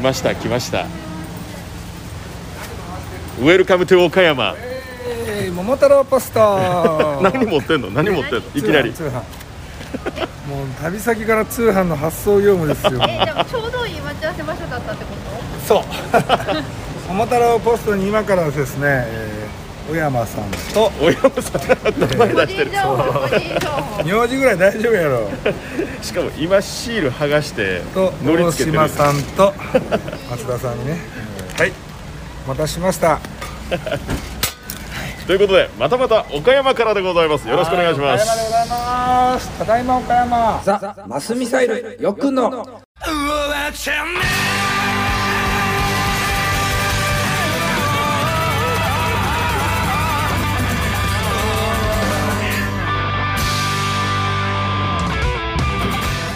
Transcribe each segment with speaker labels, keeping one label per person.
Speaker 1: ました来ましたウェルカムトゥ岡山
Speaker 2: えー、桃太郎ポスト
Speaker 1: 何持ってんの何持ってんのいきなり
Speaker 2: 通販通販もう旅先から通販の発送業務ですよ
Speaker 3: えでもちょうどいい待ち合わせ場所だったってこと
Speaker 2: そう桃太郎ポストに今からですね、えー、小山さんと
Speaker 1: お山さん名前
Speaker 3: 個
Speaker 1: 出して
Speaker 3: 人
Speaker 1: る
Speaker 3: 情報個人情報
Speaker 2: 名字ぐらい大丈夫やろ
Speaker 1: しかも今シール剥がして
Speaker 2: と
Speaker 1: 乗り
Speaker 2: 大
Speaker 1: 付けて
Speaker 2: 島
Speaker 1: る
Speaker 2: さんと松田さんにね
Speaker 1: はい
Speaker 2: お待たせしました
Speaker 1: ということでまたまた岡山からでございますよろしくお願いします
Speaker 2: 岡山でございますただいま岡山
Speaker 4: ザ・マスミサイル、よくの。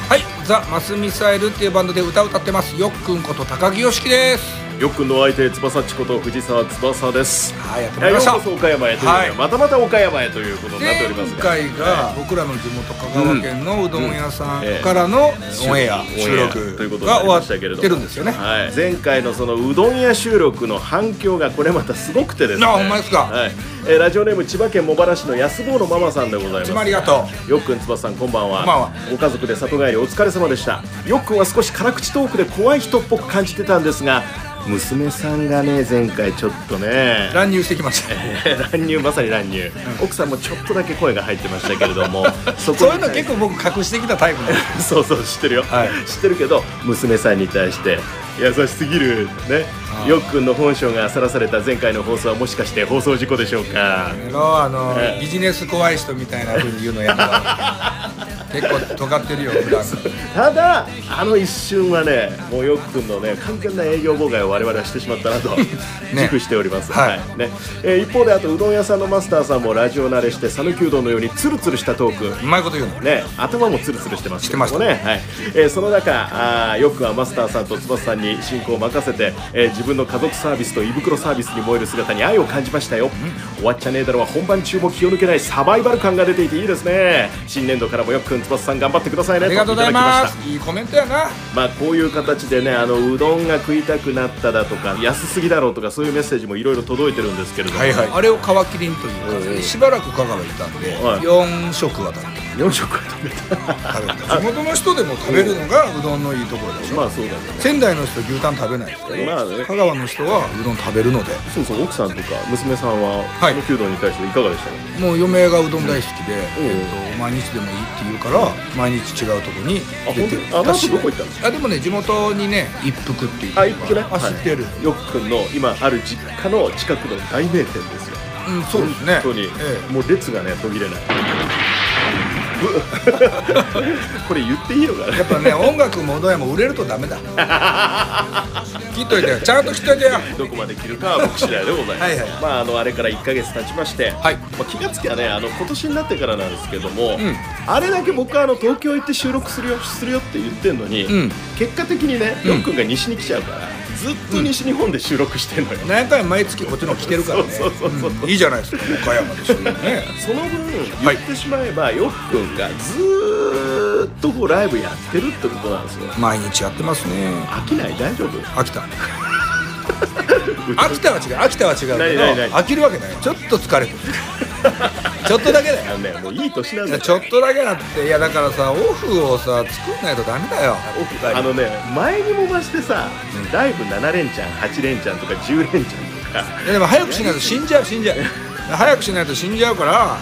Speaker 4: はい、ザ・マスミサイルっていうバンドで歌を歌ってます。よっくんこと高木よしきです。
Speaker 1: よくの相手翼ちこと藤沢翼です
Speaker 4: はい、やってま
Speaker 1: はいいよ
Speaker 4: りま
Speaker 1: う
Speaker 4: した
Speaker 1: こ。そ岡山へということで、
Speaker 4: はい
Speaker 1: またまた岡山へということになっており
Speaker 4: で
Speaker 1: ます
Speaker 4: 今
Speaker 1: が
Speaker 4: 回が僕らの地元香川県のうどん屋さんからのオンエア収
Speaker 1: というこ
Speaker 4: 録
Speaker 1: とになり
Speaker 4: が終
Speaker 1: ま
Speaker 4: わ
Speaker 1: したけれども
Speaker 4: ってるんですよね。
Speaker 1: はい、前回のそのうどん屋収録の反響がこれまたすごくてですね
Speaker 4: あほんまですか
Speaker 1: はいえーラジオネーム千葉県茂原市の安坊のママさんでございま
Speaker 4: い
Speaker 1: す
Speaker 4: つもありがとう。
Speaker 1: よっくんつばさんこんばんは
Speaker 4: こんばんは
Speaker 1: ご家族で里帰りお疲れ様でしたよっくんは少し辛口トークで怖い人っぽく感じてたんですが娘さんがね前回ちょっとね
Speaker 4: 乱入してきました。
Speaker 1: 乱入まさに乱入、奥さんもちょっとだけ声が入ってましたけれど もそこ
Speaker 4: そうい
Speaker 1: に
Speaker 4: うの結構僕隠してきたタイプなんです。
Speaker 1: そうそう知ってるよ、
Speaker 4: はい
Speaker 1: 知ってるけど娘さんに対して優しすぎるねよっくんの本性がさらされた前回の放送はもしかして放送事故でしょうか
Speaker 4: のあの
Speaker 1: ええ
Speaker 4: ビジネス怖い人みたいな風に言うのやめろ 結構尖ってるよ普段
Speaker 1: ただあの一瞬はねもうよっくんのね完全な営業妨害を我々はしてしまったな と自負しております、
Speaker 4: はい
Speaker 1: ねえー一方であとうどん屋さんのマスターさんもラジオ慣れして讃岐うどんのようにツルツルしたトーク
Speaker 4: うまいこと言うの
Speaker 1: ね、頭もツルツルしてますけども
Speaker 4: してま
Speaker 1: ね、はいえーその中あーよくはマスターさんと翼さんに進行を任せて、えー自分の家族サービスと胃袋サービスに燃える姿に愛を感じましたよ終わっちゃねえだろは本番中も気を抜けないサバイバル感が出ていていいですね新年度からもよっくん翼さん頑張ってくださいね
Speaker 4: ありがとうござ
Speaker 1: た
Speaker 4: い
Speaker 1: だき
Speaker 4: ま
Speaker 1: した
Speaker 4: すいいコメントやな
Speaker 1: まあこういう形でねあのうどんが食いたくなっただとか安すぎだろうとかそういうメッセージもいろいろ届いてるんですけれども、
Speaker 4: あれを皮切りにというか、
Speaker 1: うんうん
Speaker 4: しばらく香川にいたんで、
Speaker 1: はい
Speaker 4: 4食は食べて
Speaker 1: 4食は食べた
Speaker 4: 食べて地元の人でも食べるのがうどんのいいところでしょ、
Speaker 1: まあそうだね
Speaker 4: 仙台の人牛タン食べないですけど、
Speaker 1: まあね
Speaker 4: 香川の人はうどん食べるので
Speaker 1: そうそう奥さんとか娘さんは
Speaker 4: はい
Speaker 1: 讃岐うどんに対していかがでしたか
Speaker 4: もう嫁がうどん大好きで、
Speaker 1: ん
Speaker 4: えっと、毎日でもいいって言うから毎日違うとこに
Speaker 1: あ
Speaker 4: 出て
Speaker 1: 本当あ
Speaker 4: 私
Speaker 1: どこ行ったんです
Speaker 4: あでもね地元にね一服っていう
Speaker 1: あ、一個ね。
Speaker 4: あ知ってる、
Speaker 1: よくくんの今ある実家の近くの大名店ですよ。
Speaker 4: うんそうですね
Speaker 1: 本当に、
Speaker 4: え
Speaker 1: もう列がね途切れない。ぶこれ言って いいのか
Speaker 4: えや っぱね音楽もうどん屋も売れるとダメだ切っといてよちゃんと切っといてよ
Speaker 1: な。どこまで切るかは僕次第でございます。
Speaker 4: はいはい
Speaker 1: まああのあれから1ヶ月経ちまして、
Speaker 4: はい
Speaker 1: まあ気がつきはねあの今年になってからなんですけども、
Speaker 4: ん
Speaker 1: あれだけ僕はあの東京行って収録するよするよって言ってんのに、
Speaker 4: うん
Speaker 1: 結果的にね
Speaker 4: ん
Speaker 1: よくくんが西に来ちゃうから、ずっと西日本で収録してんのよ。
Speaker 4: 何回も毎月こっちの来てるからね
Speaker 1: そうそうそうそう
Speaker 4: うんいいじゃないですか岡山でしょね
Speaker 1: その分言
Speaker 4: はい
Speaker 1: ってしまえば、よっくんがずーっとこうライブやってるってことなんですよ
Speaker 4: 毎日やってますね
Speaker 1: 飽きない大丈夫
Speaker 4: 秋田秋田は違う秋田は違うけど
Speaker 1: ないないない
Speaker 4: 飽きるわけないよちょっと疲れ てるちょっとだけだよ
Speaker 1: あのねもういい年なん
Speaker 4: い
Speaker 1: だ
Speaker 4: や
Speaker 1: よ
Speaker 4: ちょっとだけだっていやだからさオフをさ作んないとダメだよ
Speaker 1: あのね前にも増してさライブ7連チャン8連チャンとか10連チャンとか
Speaker 4: いやでも早くしないと死んじゃう死んじゃう早くしないと死んじゃうから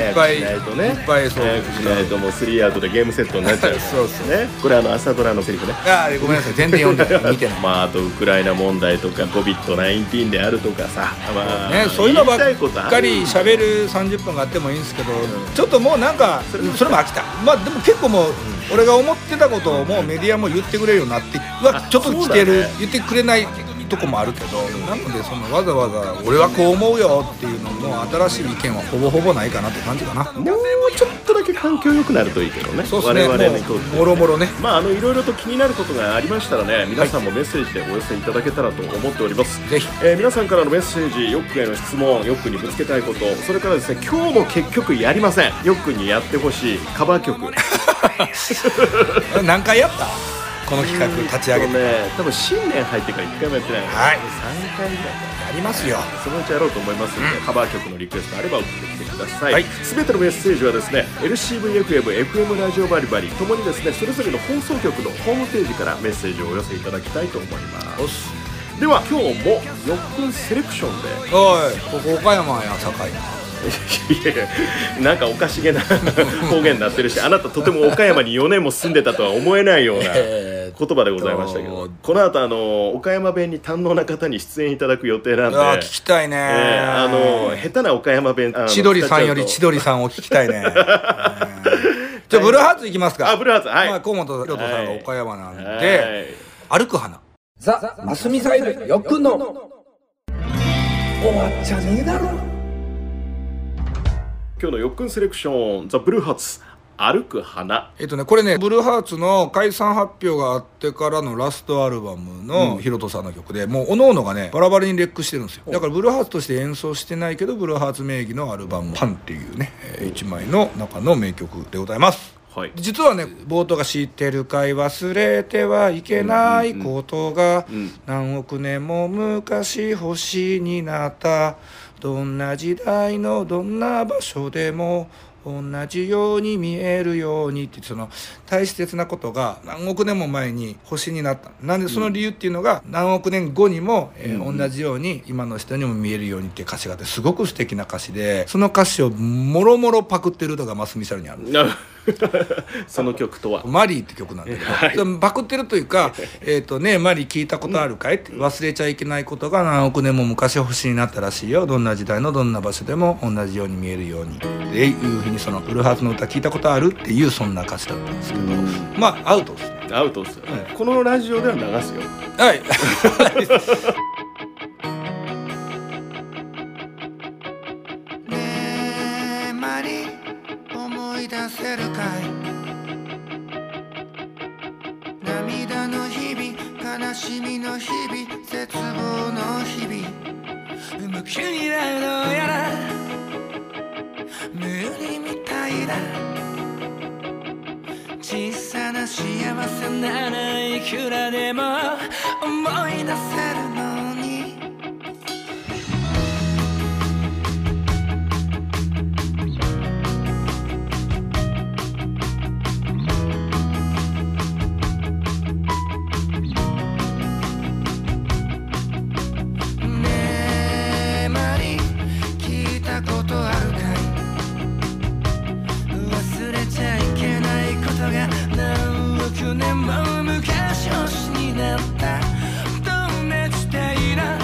Speaker 4: い
Speaker 1: 早
Speaker 4: っぱ
Speaker 1: く
Speaker 4: い
Speaker 1: しないとね
Speaker 4: っぱいそう
Speaker 1: 早くしないともう3アウトでゲームセットになっちゃうから
Speaker 4: そうそう
Speaker 1: ねこれあの朝ドラのセリフね
Speaker 4: あーごめんなさい全然読んでない見てな い
Speaker 1: まああとウクライナ問題とか COVID-19 であるとか さまあ
Speaker 4: ね、そういうのばっ
Speaker 1: 言いたいことあ
Speaker 4: か
Speaker 1: る
Speaker 4: り喋る30分があってもいいんですけど、ちょっともうなんかそれも飽きたまあでも結構もう、俺が思ってたことをもうメディアも言ってくれるようになってうわちょっと
Speaker 1: そ
Speaker 4: 来て
Speaker 1: う
Speaker 4: る、
Speaker 1: だね
Speaker 4: 言ってくれないとこもあるけどなのでそのわざわざ俺はこう思うよっていうのも新しい意見はほぼほぼないかなって感じかな
Speaker 1: もうちょっとだけ環境良くなるといいけどね
Speaker 4: そうですね
Speaker 1: 我々にとって
Speaker 4: もうもろもろ ね
Speaker 1: まああのいろいろと気になることがありましたらね皆さんもメッセージでお寄せいただけたらと思っております、
Speaker 4: ぜひ
Speaker 1: えー皆さんからのメッセージヨックへの質問ヨックにぶつけたいことそれからですね今日も結局やりません ヨックにやってほしいカバー曲
Speaker 4: 何回やったこの企画立ち上げて
Speaker 1: ね多分新年入ってから1回もやってない
Speaker 4: はい
Speaker 1: 3回ぐらいか
Speaker 4: やりますよ
Speaker 1: なそのうちやろうと思いますので、カバー曲のリクエストあれば送ってきてくださ
Speaker 4: はいい
Speaker 1: すべ、てのメッセージはですね LCVFM、FM ラジオバリバリともにですねそれぞれの放送局のホームページからメッセージをお寄せいただきたいと思います
Speaker 4: おす
Speaker 1: では今日もよっくんセレクションで
Speaker 4: おいここ岡山や堺
Speaker 1: いやいやなんかおかしげな方言になって るしあなたとても岡山に4年も住んでたとは思えないような
Speaker 4: えー
Speaker 1: 言葉でございましたけどこの後あの岡山弁に堪能な方に出演いただく予定なんで
Speaker 4: ああ聞きたいね、
Speaker 1: えーあの下手な岡山弁あの
Speaker 4: 千鳥さんより
Speaker 1: 使っち
Speaker 4: 千
Speaker 1: ゃうと
Speaker 4: 鳥さんを聞きたいね えーじゃあブルーハーツいきますか
Speaker 1: あブルーハーツはい
Speaker 4: まあ、河本亮太さんが岡山なん
Speaker 1: は
Speaker 4: で、
Speaker 1: い
Speaker 4: 歩く花
Speaker 5: ザ・マスミサイル、よっくんの。終わっちゃねえだろ。
Speaker 1: 今日のよっくんセレクションザ・ブルーハーツ歩く花
Speaker 4: えっとね、これね、ブルーハーツの解散発表があってからのラストアルバムのヒロトさんの曲で、もう各々がね、バラバラにレックしてるんですよ。だからブルーハーツとして演奏してないけど、ブルーハーツ名義のアルバム、パンっていうね、えー一枚の中の名曲でございます。
Speaker 1: はい
Speaker 4: 実はね冒頭が「知ってるかい忘れてはいけないことが
Speaker 1: ん
Speaker 4: 何億年も昔星になった」「どんな時代のどんな場所でも同じように見えるように」ってその大切なことが何億年も前に星になったなんでその理由っていうのが何億年後にも、えー同じように今の人にも見えるようにっていう歌詞があってすごく素敵な歌詞でその歌詞をもろもろパクってるのがマスミサルにあるんですよ
Speaker 1: なその曲とは
Speaker 4: マリーって曲なんだけど、バクってるという か「えっとねえマリー聞いたことあるかい?」って忘れちゃいけないことが何億年も昔星になったらしいよどんな時代のどんな場所でも同じように見えるようにっていうふうにそのブルーハーツの歌聞いたことあるっていうそんな歌詞だったんですけどまあアウトですね
Speaker 1: アウトですよ、このラジオでは流すよ
Speaker 4: はい
Speaker 6: ねえマリ思い出せるかい涙の日々悲しみの日々絶望の日々無気になるのやら無理みたいだ小さな幸せならいくらでも思い出せるのにねえマリ聞いたことあるかい忘れちゃいけないことが何億年も昔星になったどんな時代だ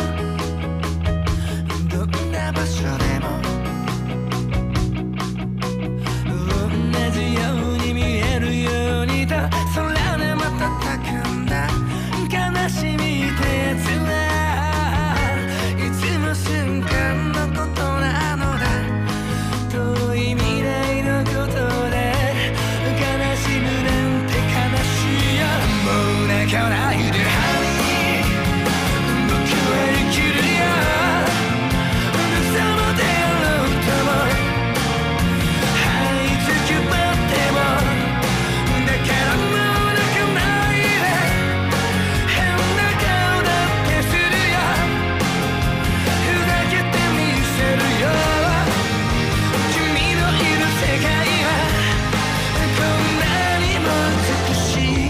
Speaker 6: どんな場所でも同じように見えるようにと空でまたくんだ悲しみってやつはいつも瞬間のことなのだ遠い未来のことで悲しむなんて悲しいよもう泣かないで Honey 僕は生きるよ嘘も出ろとも「はいつきばってもだからもう泣かないで」「変な顔だってするよ」「ふざけてみせるよ」「君のいる世界はこんなにも美しい」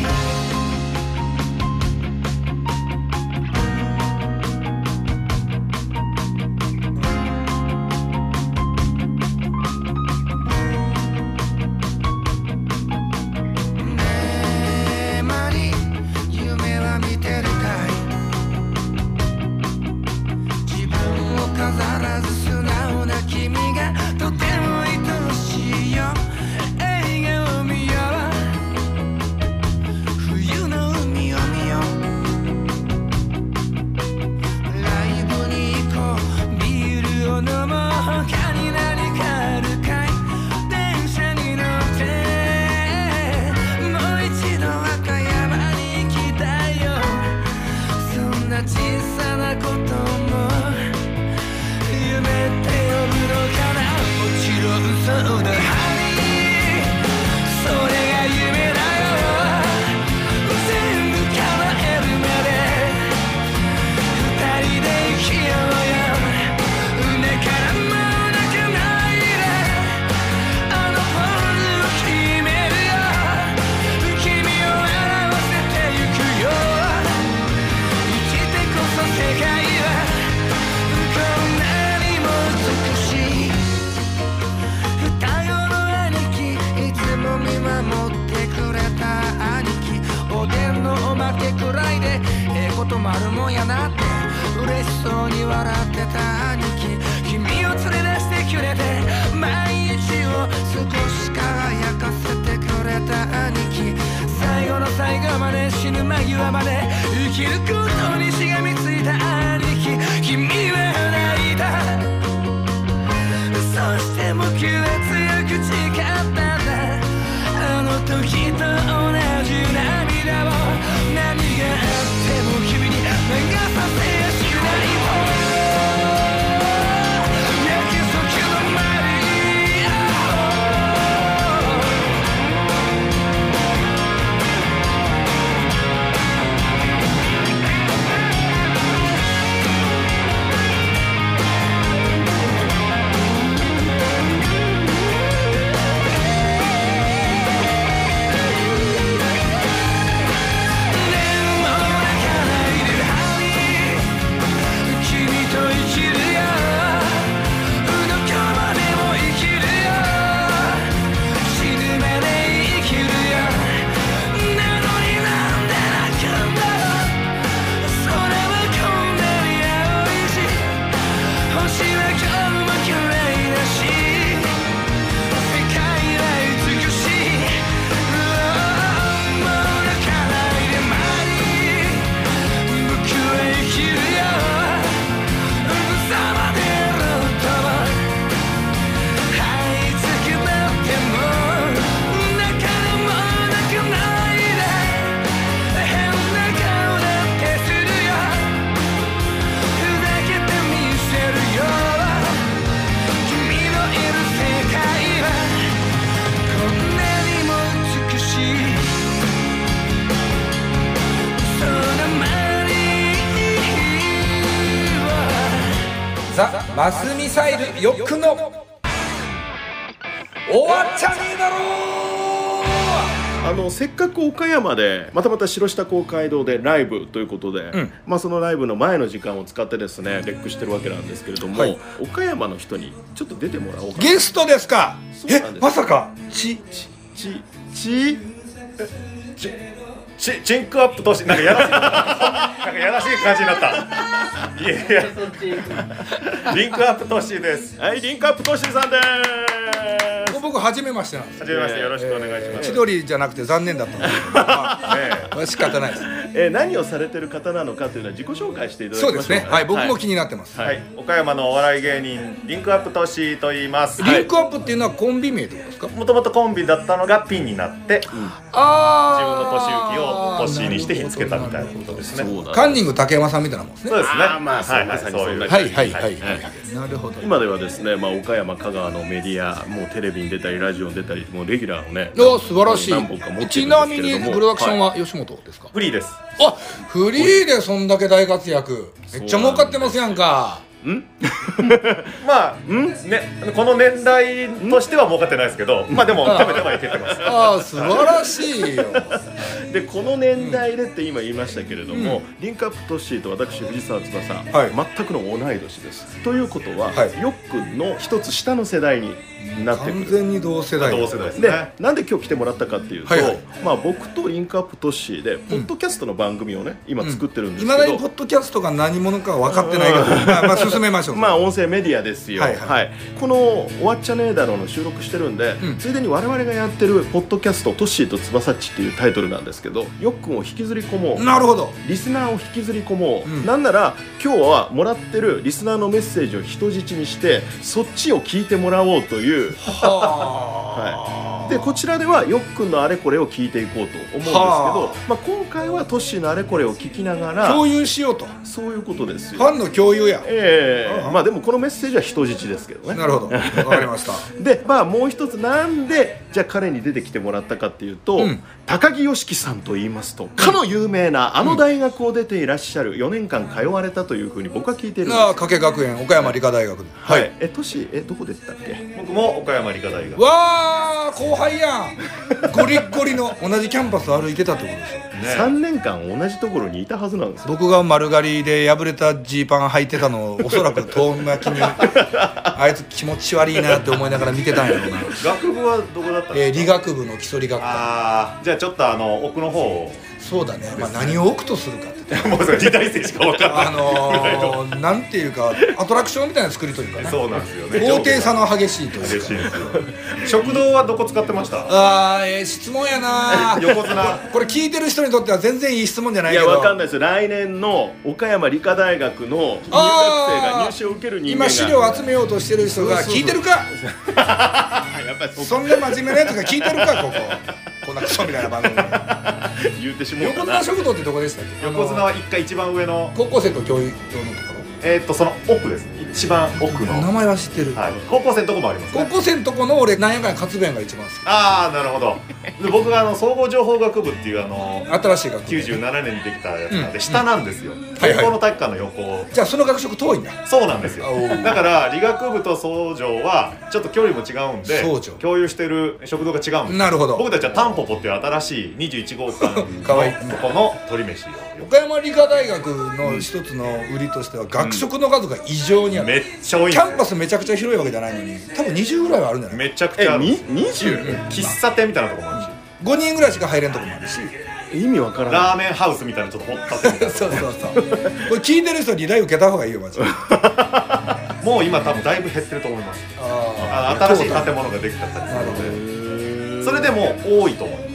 Speaker 6: ないでええこともあるもんやなって嬉しそうに笑ってた兄貴君を連れ出してくれて毎日を少し輝かせてくれた兄貴最後の最後まで死ぬ間際まで生きることにしがみついた兄貴君は泣いたそしても僕は強く誓ったんだあの時と同じ涙を何があっても君に流させやしないと約束の前にでも泣かないでハリー君と生きるよどこまでも生きるよ死ぬまで生きるよなのになんで泣くんだろう空はこんなに青いし星は今日も綺麗だし世界は美しいもう泣かないでハリー君と生きるよどこまでも生きるよ僕は生きるようざまでるとはいつくなっても泣かれも泣かないで変な顔なんてするよふざけてみせるよ「君のいる世界はこんなにも美しい」「そのまには」
Speaker 5: ザ・マスミサイルよくの終わっちゃねえだろ
Speaker 1: あのせっかく岡山でまたまた城下公会堂でライブということで、まあ、そのライブの前の時間を使ってですねレックしてるわけなんですけれども、
Speaker 4: はい
Speaker 1: 岡山の人にちょっと出てもらおうかな
Speaker 4: ゲストですか
Speaker 1: そうなんです
Speaker 4: えまさか
Speaker 1: ちちちちちちチンクアップとしてなんかやらしい なんかやらしい感じになったいやいやリンクアップトシーですはいリンクアップトシーさんです
Speaker 4: 僕初めましてなんです
Speaker 1: はじめましてよろしくお願いします
Speaker 4: 千、鳥じゃなくて残念だったんですけどまあ仕方ないです
Speaker 1: えー何をされてる方なのかというのは自己紹介していただき
Speaker 4: そ
Speaker 1: ま
Speaker 4: う
Speaker 1: しょ
Speaker 4: で
Speaker 1: う
Speaker 4: す
Speaker 1: か
Speaker 4: ねはい僕も気になってます、
Speaker 1: はい
Speaker 7: 岡山のお笑い芸人リンクアップトシーと言います
Speaker 1: はい
Speaker 4: リンクアップっていうのはコンビ名ってことですか
Speaker 7: もともとコンビだったのがピンになって自分の
Speaker 4: あ
Speaker 7: 年行きをトシーにしてひっつけたみたいなことですねそう
Speaker 4: カンニング竹山さんみたいなもんですね
Speaker 7: ですね
Speaker 1: あーまあそう
Speaker 7: はい
Speaker 1: ま
Speaker 7: はい
Speaker 1: さに
Speaker 7: そう
Speaker 1: そん
Speaker 7: いう
Speaker 1: な
Speaker 4: は
Speaker 1: 感
Speaker 4: い
Speaker 1: じ
Speaker 4: はいはいはい、はい、なるほど
Speaker 1: 今ではですね、まあ、岡山香川のメディアもうテレビに出たりラジオに出たりもうレギュラーをね
Speaker 4: お素晴らし
Speaker 1: 何本か持
Speaker 4: い
Speaker 1: ってる
Speaker 4: ち
Speaker 1: んで
Speaker 4: な
Speaker 1: す
Speaker 4: み
Speaker 1: けれ
Speaker 4: に
Speaker 1: ども
Speaker 4: プロダクション
Speaker 1: は
Speaker 4: は吉本ですか、
Speaker 7: フリーです
Speaker 4: あフリーでそんだけ大活躍めっちゃ儲かってますやんか
Speaker 7: まあねこの年代としては儲かってないですけどまあでも食べてはいけてます
Speaker 4: ああ素晴らしいよ
Speaker 1: いでこの年代でって今言いましたけれども、リンクアップトッシーと私藤沢翼、
Speaker 4: はい
Speaker 1: 全くの同い年ですということは、
Speaker 4: はい
Speaker 1: よっくんの一つ下の世代になってく
Speaker 4: 完
Speaker 1: る
Speaker 4: 全に同世代
Speaker 7: 同世代です
Speaker 1: で
Speaker 7: ね
Speaker 1: なんで今日来てもらったかっていうと、
Speaker 4: はいはい
Speaker 1: まあ、僕とリンクアップトッシーでポッドキャストの番組をね今作ってるんです
Speaker 4: い
Speaker 1: け
Speaker 4: ま
Speaker 1: ど、
Speaker 4: だにポッドキャストが何者か分かってないけど、まあ、まあ進めましょう
Speaker 1: まあ音声メディアですよ、は
Speaker 4: はいいは
Speaker 1: この「終わっちゃねえだろ」の収録してるんで、
Speaker 4: うん
Speaker 1: ついでに我々がやってるポッドキャスト「トッシーと翼っち」っていうタイトルなんですけどよっくんを引きずり込もう
Speaker 4: なるほど
Speaker 1: リスナーを引きずり込もう、
Speaker 4: うん
Speaker 1: なんなら今日はもらってるリスナーのメッセージを人質にしてそっちを聞いてもらおうという、はい、でこちらではよっくんのあれこれを聞いていこうと思うんですけど、
Speaker 4: は
Speaker 1: まあ、今回はトッシーのあれこれを聞きな がら
Speaker 4: 共有しようとフ
Speaker 1: そういうことですよ
Speaker 4: ァンの共有や
Speaker 1: ええ
Speaker 4: ああ
Speaker 1: まあでもこのメッセージは人質ですけどね
Speaker 4: なるほど分かりました
Speaker 1: でまあもう一つなんでじゃあ彼に出てきてもらったかっていうと、
Speaker 4: うん
Speaker 1: 高木良樹さんと言いますとかの有名なあの大学を出ていらっしゃる4年間通われたというふうに僕は聞いてるんです
Speaker 4: なあ
Speaker 1: よ
Speaker 4: 加計学園岡山理科大学では
Speaker 1: え都市えどこでしたっけ
Speaker 7: 僕も岡山理科大学
Speaker 4: わあ後輩やんゴリッゴリの同じキャンパス歩いてたってことですよ
Speaker 7: 3年間同じところにいたはずなんですよ
Speaker 4: 僕が丸刈りで破れたジーパン履いてたのをおそらく遠巻き にあいつ気持ち悪いなって思いながら見てたんやろうな、
Speaker 1: 学部はどこだったん
Speaker 4: え
Speaker 1: です
Speaker 4: ー
Speaker 1: か
Speaker 4: 理学部の基礎理学科
Speaker 1: ああじゃあちょっとあの奥の方を
Speaker 4: そうだね、まあ、何を置くとするかって
Speaker 1: もうそれ二大生しか分かんない
Speaker 4: あ のー、なんていうかアトラクションみたいな作りというかね
Speaker 1: そうなんですよね
Speaker 4: 高低差の激しいという
Speaker 1: 嬉
Speaker 4: か
Speaker 1: しいですよ食堂はどこ使ってました
Speaker 4: あーえー質問やな
Speaker 1: 横綱
Speaker 4: これ聞いてる人にとっては全然いい質問じゃない
Speaker 7: い
Speaker 4: け
Speaker 7: や
Speaker 4: ど
Speaker 7: わかんないですよ来年の岡山理科大学の入学生が入試を受ける人間が
Speaker 4: 今資料集めようとしてる人が聞いてるか
Speaker 7: あやっぱりそう
Speaker 4: そんな真面目なやつが聞いてるかこここんなクソみたいな番組
Speaker 7: 言うてしまう
Speaker 4: 横
Speaker 7: か
Speaker 4: 綱
Speaker 7: な
Speaker 4: 食堂ってどこでしたっけ
Speaker 1: 横綱
Speaker 4: あの
Speaker 1: は一回一番上の
Speaker 4: 高校生と教育堂のとこ
Speaker 1: えーっとその奥です一番奥
Speaker 4: ろ名
Speaker 1: の
Speaker 4: 前は知ってる、
Speaker 1: はい高校生のとこもあります
Speaker 4: 高校生のとこの俺なんやかんや活弁が一番好
Speaker 1: ああなるほどで僕があの総合情報学部っていうあの
Speaker 4: き新しい学校
Speaker 1: 97年にできたやつなん
Speaker 4: うん
Speaker 1: で下なんですよ
Speaker 4: はいはい
Speaker 1: 高校の体育館の横
Speaker 4: じゃあその学食遠いんだ
Speaker 1: そうなんですよ
Speaker 4: あおう
Speaker 1: だから理学部と相乗はちょっと距離も違うんで
Speaker 4: 相乗
Speaker 1: 共有してる食堂が違うんです
Speaker 4: なるほど
Speaker 1: 僕たちはタンポポっていう新しい21号館
Speaker 4: かわいい
Speaker 1: のそこの鳥飯を
Speaker 4: 岡山理科大学の一つの売りとしては学食の数が異常にあ
Speaker 1: め
Speaker 4: る、
Speaker 1: っちゃ多いんです
Speaker 4: キ
Speaker 1: よ
Speaker 4: ャンパスめちゃくちゃ広いわけじゃないのに多分20ぐらいはあるんじゃない
Speaker 1: めちゃくち
Speaker 7: え
Speaker 1: ゃある
Speaker 7: に 20?
Speaker 1: 喫茶店みたいなとこもあるし
Speaker 4: 5人ぐらいしか入れんとこもあるし
Speaker 7: 意味わからない
Speaker 1: ラーメンハウスみたいなちょっと掘ったてみたい
Speaker 4: そうそうそうこれ聞いてる人に依頼受けた方がいいよマジで
Speaker 1: なもう今多分だいぶ減ってると思いますあ
Speaker 4: あ
Speaker 1: の新しい
Speaker 4: なる
Speaker 1: 建物ができちゃったり
Speaker 4: ほど
Speaker 1: するのでそれでもう多いと思うんです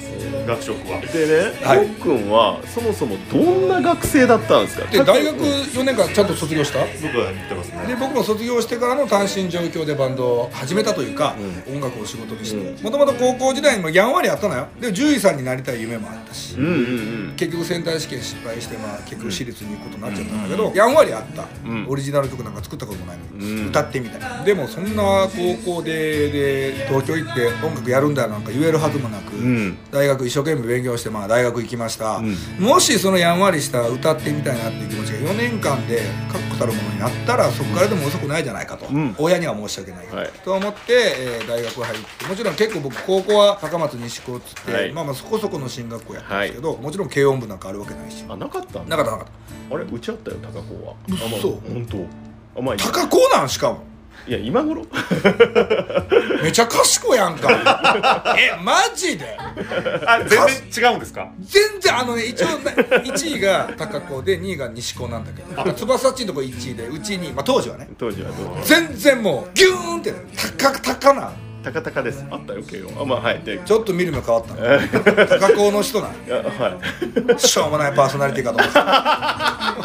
Speaker 1: 学食は
Speaker 7: でね、
Speaker 4: はい
Speaker 7: よっくんはそもそもどんな学生だったんですか
Speaker 4: で大学4年間ちゃんと卒業した
Speaker 1: 僕は言ってます
Speaker 4: で
Speaker 1: ね
Speaker 4: 僕も卒業してからの単身上京でバンドを始めたというか、音楽を仕事にしてもともと高校時代にもやんわりあったのよで獣医さんになりたい夢もあったし、
Speaker 7: うんうん
Speaker 4: 結局センター試験失敗して、まあ、結局私立に行くことになっちゃったんだけど、やんわりあった、
Speaker 7: ん
Speaker 4: オリジナル曲なんか作ったこともないのに、
Speaker 7: うん
Speaker 4: 歌ってみたいでもそんな高校でで東京行って音楽やるんだなんか言えるはずもなく、
Speaker 7: ん
Speaker 4: 大学一生懸命勉強して、まあ、大学行きました、
Speaker 7: ん
Speaker 4: もしそのやんわりした歌ってみたいなっていう気持ちが4年間で確固たるものになったらそこからでも遅くないじゃないかと、
Speaker 7: ん
Speaker 4: 親には申し訳ない、
Speaker 7: はい
Speaker 4: と思って、えー大学入ってもちろん結構僕高校は高松西高っつって、
Speaker 7: はい
Speaker 4: まあまあそこそこの進学校やったんですけど、もちろん軽音部なんかあるわけないし
Speaker 7: うんあなかったんだ
Speaker 4: なかったなかっ
Speaker 7: あれうちあったよ高校は
Speaker 4: 嘘
Speaker 7: あまあ本当あまあいい
Speaker 4: た高校なんしかも
Speaker 7: いや今頃
Speaker 4: めちゃ賢いやん かえマジで
Speaker 1: あ全然違うんですか
Speaker 4: 全然あのね一応ね 1位が高校で2位が西高なんだけどだから翼っちのとこ1位でうち2位まあ当時はね
Speaker 7: 当時はどう
Speaker 4: 全然もうギューンって高高な
Speaker 7: 高々ですあったよ慶応あまあはいで
Speaker 4: ちょっと見る目変わったの 高校の人なん
Speaker 7: あはい
Speaker 4: しょうもないパーソナリティかと 思ってた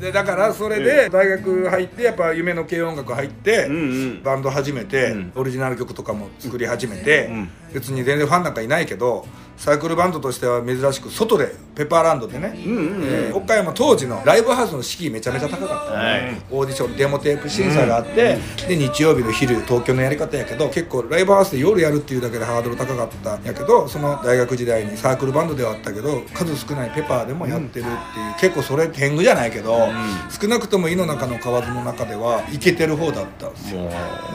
Speaker 4: でだからそれで大学入ってやっぱ夢の軽音楽入って、
Speaker 7: うんうん
Speaker 4: バンド始めて、
Speaker 7: ん
Speaker 4: オリジナル曲とかも作り始めて、
Speaker 7: ん
Speaker 4: 別に全然ファンなんかいないけどサークルバンドとしては珍しく外でペッパーランドでね、
Speaker 7: うんうんうん
Speaker 4: えー岡山当時のライブハウスの敷居めちゃめちゃ高かった、
Speaker 7: はい
Speaker 4: オーディションデモテープ審査があって、で日曜日の昼東京のやり方やけど結構ライブハウスで夜やるっていうだけでハードル高かったんやけどその大学時代にサークルバンドではあったけど数少ないペパーでもやってるっていう、結構それ天狗じゃないけど、少なくとも井の中の蛙の中ではいけてる方だったんですよ
Speaker 7: も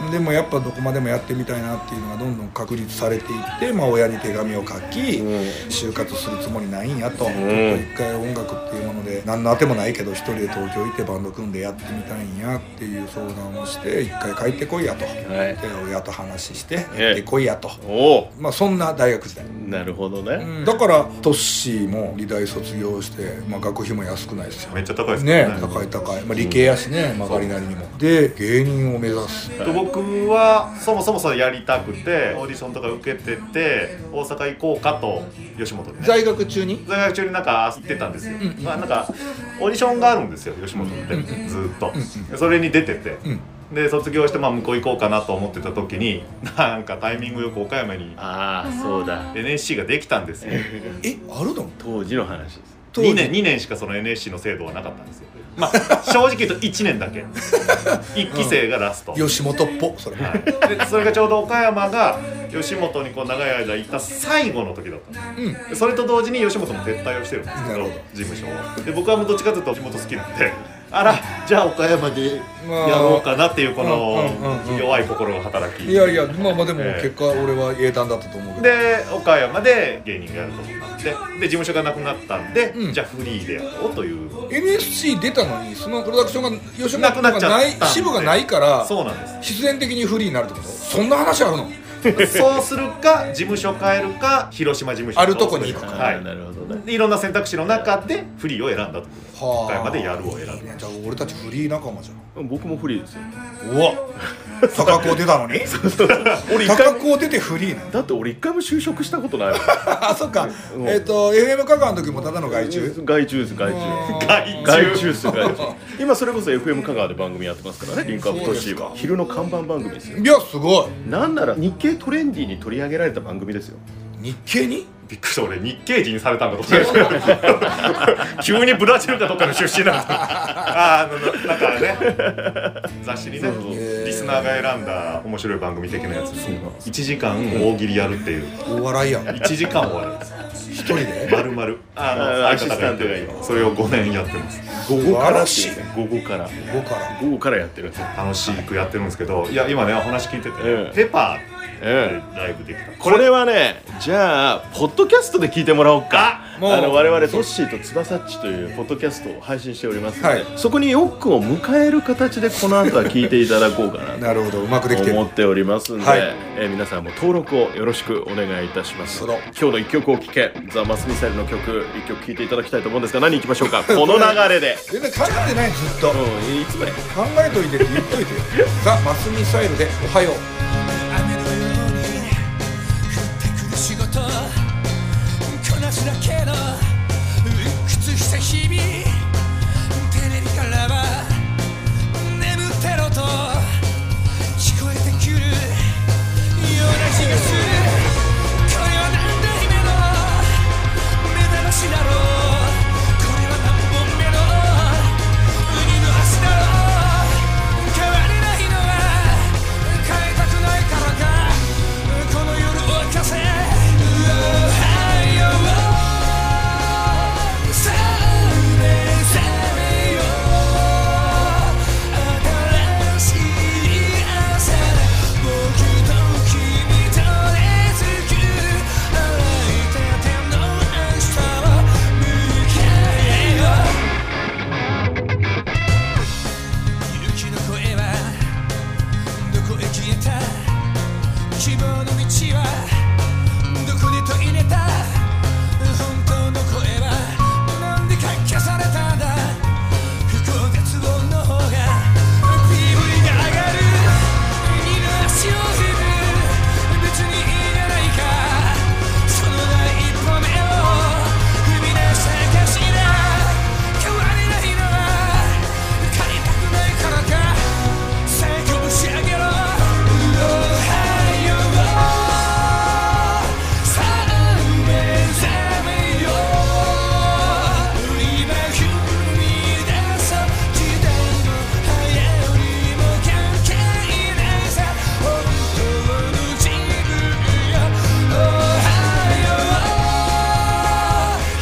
Speaker 7: う
Speaker 4: でもやっぱどこまでもやってみたいなっていうのがどんどん確立されていって、まあ、親に手紙を書き、就活するつもりないんやと、一回音楽っていうもので何のあてもないけど一人で東京行ってバンド組んでやってみたいんやっていう相談をして一回帰ってこいやと、
Speaker 7: い
Speaker 4: で親と話して
Speaker 7: ええ
Speaker 4: やってこいやと、
Speaker 7: おお
Speaker 4: まあ、そんな大学時代。
Speaker 7: なるほどね
Speaker 4: だからトッシーも理大卒業して、まあ、学費も安くないですよ
Speaker 1: めっちゃ高いです
Speaker 4: ね
Speaker 1: ね
Speaker 4: 高い高い、まあ、理系やしね曲がりなりにもで芸人を目指す
Speaker 1: と僕はそもそもそれやりたくてオーディションとか受けてて大阪行こうかと吉本でね
Speaker 4: 在学中に
Speaker 1: 在学中になんか行ってたんですよ、まあ、なんかオーディションがあるんですよ吉本ってずーっと、それに出てて、で卒業してまあ向こう行こうかなと思ってた時になんかタイミングよく岡山に
Speaker 7: ああそうだ
Speaker 1: NSC ができたんですよ
Speaker 4: えあるの
Speaker 7: 当時の話です
Speaker 4: 当時
Speaker 1: 2年 ,2 年しかその NSC の制度はなかったんですよまあ正直言うと1年だ け1期生がラスト、
Speaker 4: 吉本っぽそれ
Speaker 1: はいでそれがちょうど岡山が吉本にこう長い間行った最後の時だったんです、それと同時に吉本も撤退をしてるんですけ
Speaker 4: なる
Speaker 1: ど
Speaker 4: ほど
Speaker 1: 事務所をで僕はもうどっちかというと吉本好きなんであらじゃあ岡山でやろうかなっていうこの
Speaker 4: うんうんうんうん
Speaker 1: 弱い心が働き
Speaker 4: いやいやまあまあでも
Speaker 1: ええ
Speaker 4: 結果俺は英単だったと思うけど
Speaker 1: で岡山で芸人がやることになってで事務所がなくなったんで、
Speaker 4: うん
Speaker 1: じゃあフリーでやろうという
Speaker 4: NSC 出たのにそのプロダクションが吉
Speaker 1: な
Speaker 4: 本
Speaker 1: く
Speaker 4: が
Speaker 1: なっちゃったん
Speaker 4: ない
Speaker 1: で
Speaker 4: 支部がないから
Speaker 1: そうなんです
Speaker 4: 必然的にフリーになるってことそんな話あるの
Speaker 1: そうするか事務所変えるか広島事務所
Speaker 4: あるとこに行くか
Speaker 1: はい
Speaker 7: なるほどね
Speaker 1: でいろんな選択肢の中でフリーを選んだと
Speaker 4: はあ
Speaker 1: 岡山でやるを選ぶ
Speaker 4: いいねじゃあ俺たちフリー仲間じゃん
Speaker 7: 僕もフリーですよ
Speaker 4: うわ高校出た のに
Speaker 7: 俺一回
Speaker 4: 高
Speaker 7: も
Speaker 4: 校出てフリーなの
Speaker 7: だって俺一回も就職したことない もん
Speaker 4: あそっか
Speaker 7: うん
Speaker 4: えっと FM 香川の時もただの外注
Speaker 7: 外注です外注
Speaker 1: 外
Speaker 7: 外注です外注 今それこそ FM 香川で番組やってますからねリンクアップ都市
Speaker 4: そう
Speaker 7: は
Speaker 4: ですか
Speaker 7: 昼の看板番組ですよ
Speaker 4: いやすごい
Speaker 7: なんなら日経トレンディに取り上げられた番組ですよ
Speaker 4: 日経に
Speaker 1: びっくりした俺日系人にされたんだと思って 急にブラジルかどっかの出身なのあーあのなんかね雑誌にねリスナーが選んだ面白い番組的なやつ1時間大喜利やるっていう
Speaker 4: お笑いやん
Speaker 1: 1時間終わるんです
Speaker 4: 一人で
Speaker 1: 丸々あ
Speaker 7: あ
Speaker 1: の
Speaker 7: ー
Speaker 1: アシスタントが今それを5年やってます
Speaker 7: 午後からっ
Speaker 4: 素
Speaker 7: て
Speaker 4: 晴
Speaker 7: いうね午後から
Speaker 4: 5から
Speaker 7: 午後からやってるんですよ
Speaker 1: 楽しくやってるんですけどいや今ねお話聞いてて、
Speaker 7: ええ
Speaker 1: ペパー
Speaker 7: ええ
Speaker 1: でライブできた
Speaker 7: これはねじゃあポッドキャストで聞いてもらおうかあ
Speaker 4: もう
Speaker 7: の我々トッシーとつばさっちというポッドキャストを配信しておりますので、
Speaker 4: はい
Speaker 7: そこにヨックを迎える形でこの後は聞いていただこうか なと
Speaker 4: なるほどうまくできてる
Speaker 7: 思っておりますんで、
Speaker 4: はい
Speaker 7: えー皆さんも登録をよろしくお願いいたします
Speaker 4: そう
Speaker 7: 今
Speaker 4: だ
Speaker 7: 日の一曲を聴けザ・マスミサイルの曲一曲聴いていただきたいと思うんですが何いきましょうか この流れで
Speaker 4: 全然考えてないずっと
Speaker 7: うんいつまで
Speaker 4: 考えといてって言っといてよザ・マスミサイルでおはよう
Speaker 6: 雨のように降ってくる仕事こなすだけの鬱屈した日々テレビからは眠ってろと聞こえてくるような気がするこれは何代目の目覚ましだろうこれは何本目の海の足だろう変われないのは変えたくないからかこの夜を明かせおはようさあ目覚めよう新しい朝僕と君とでつく洗いたての明日を迎えよう勇気の声はどこへ消えた希望の道はどこに途切れた本当の声はなんでか消されたんだ不幸絶望の方が煙が上がる二の足を踏む別にいいじゃないかその第一歩目を踏み出したかしら変われないのは借りたくないからか最強ぶし上げろおはようさあ目覚めよう今踏み出そう時代の流行りも関係ないさ本当の自分よおはよう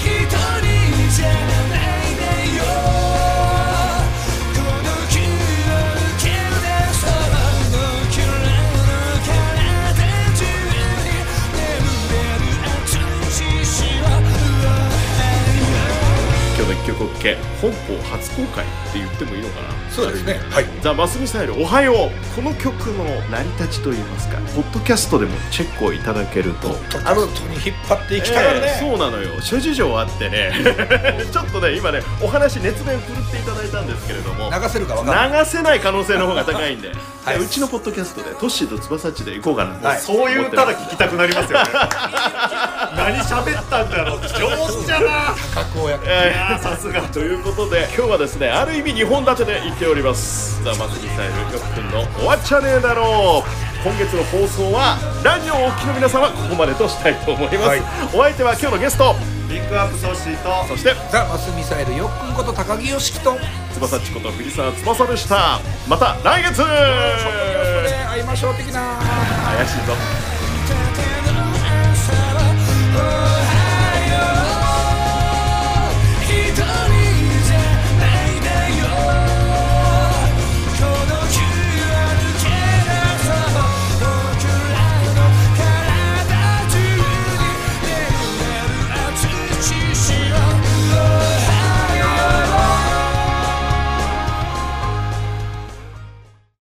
Speaker 6: 一人じゃないでよこの気を切れそうのきれの体中に眠れる熱いしを
Speaker 7: 今日の一曲を聴け本邦初公開って言ってもいいのかな
Speaker 4: そうですねはい
Speaker 7: ザ・マスミサイルおはようこの曲の成り立ちといいますかポッドキャストでもチェックをいただけると
Speaker 4: あのトに引っ張っていきたいよね、
Speaker 7: ええそうなのよ諸事情あってねちょっとね今ねお話熱弁振るっていただいたんですけれども
Speaker 4: 流せるか分かんない
Speaker 7: 流せない可能性の方が高いんで、
Speaker 4: いう
Speaker 7: ちのポッドキャストでトッシーと翼っちで行こうかなと、
Speaker 4: はい
Speaker 1: そういうたら聞きたくなります よね何喋ったんだろう上手じゃな
Speaker 4: 加工役
Speaker 7: え
Speaker 1: あーさすが
Speaker 7: ーということで今日はですねある意味2本立てで行っておりますザ・マスミサイルよくくんの「終わっちゃねえだろう」今月の放送はラジオをお聞きの皆さんはここまでとしたいと思います、
Speaker 4: はい
Speaker 7: お相手は今日のゲスト
Speaker 1: ピックアップソシーと
Speaker 7: そして
Speaker 4: ザ・マスミサイルよっくんこと高木よしきと
Speaker 7: 翼っちこと藤沢翼でしたまた来月
Speaker 4: これ会いましょう的な
Speaker 7: 怪しいぞ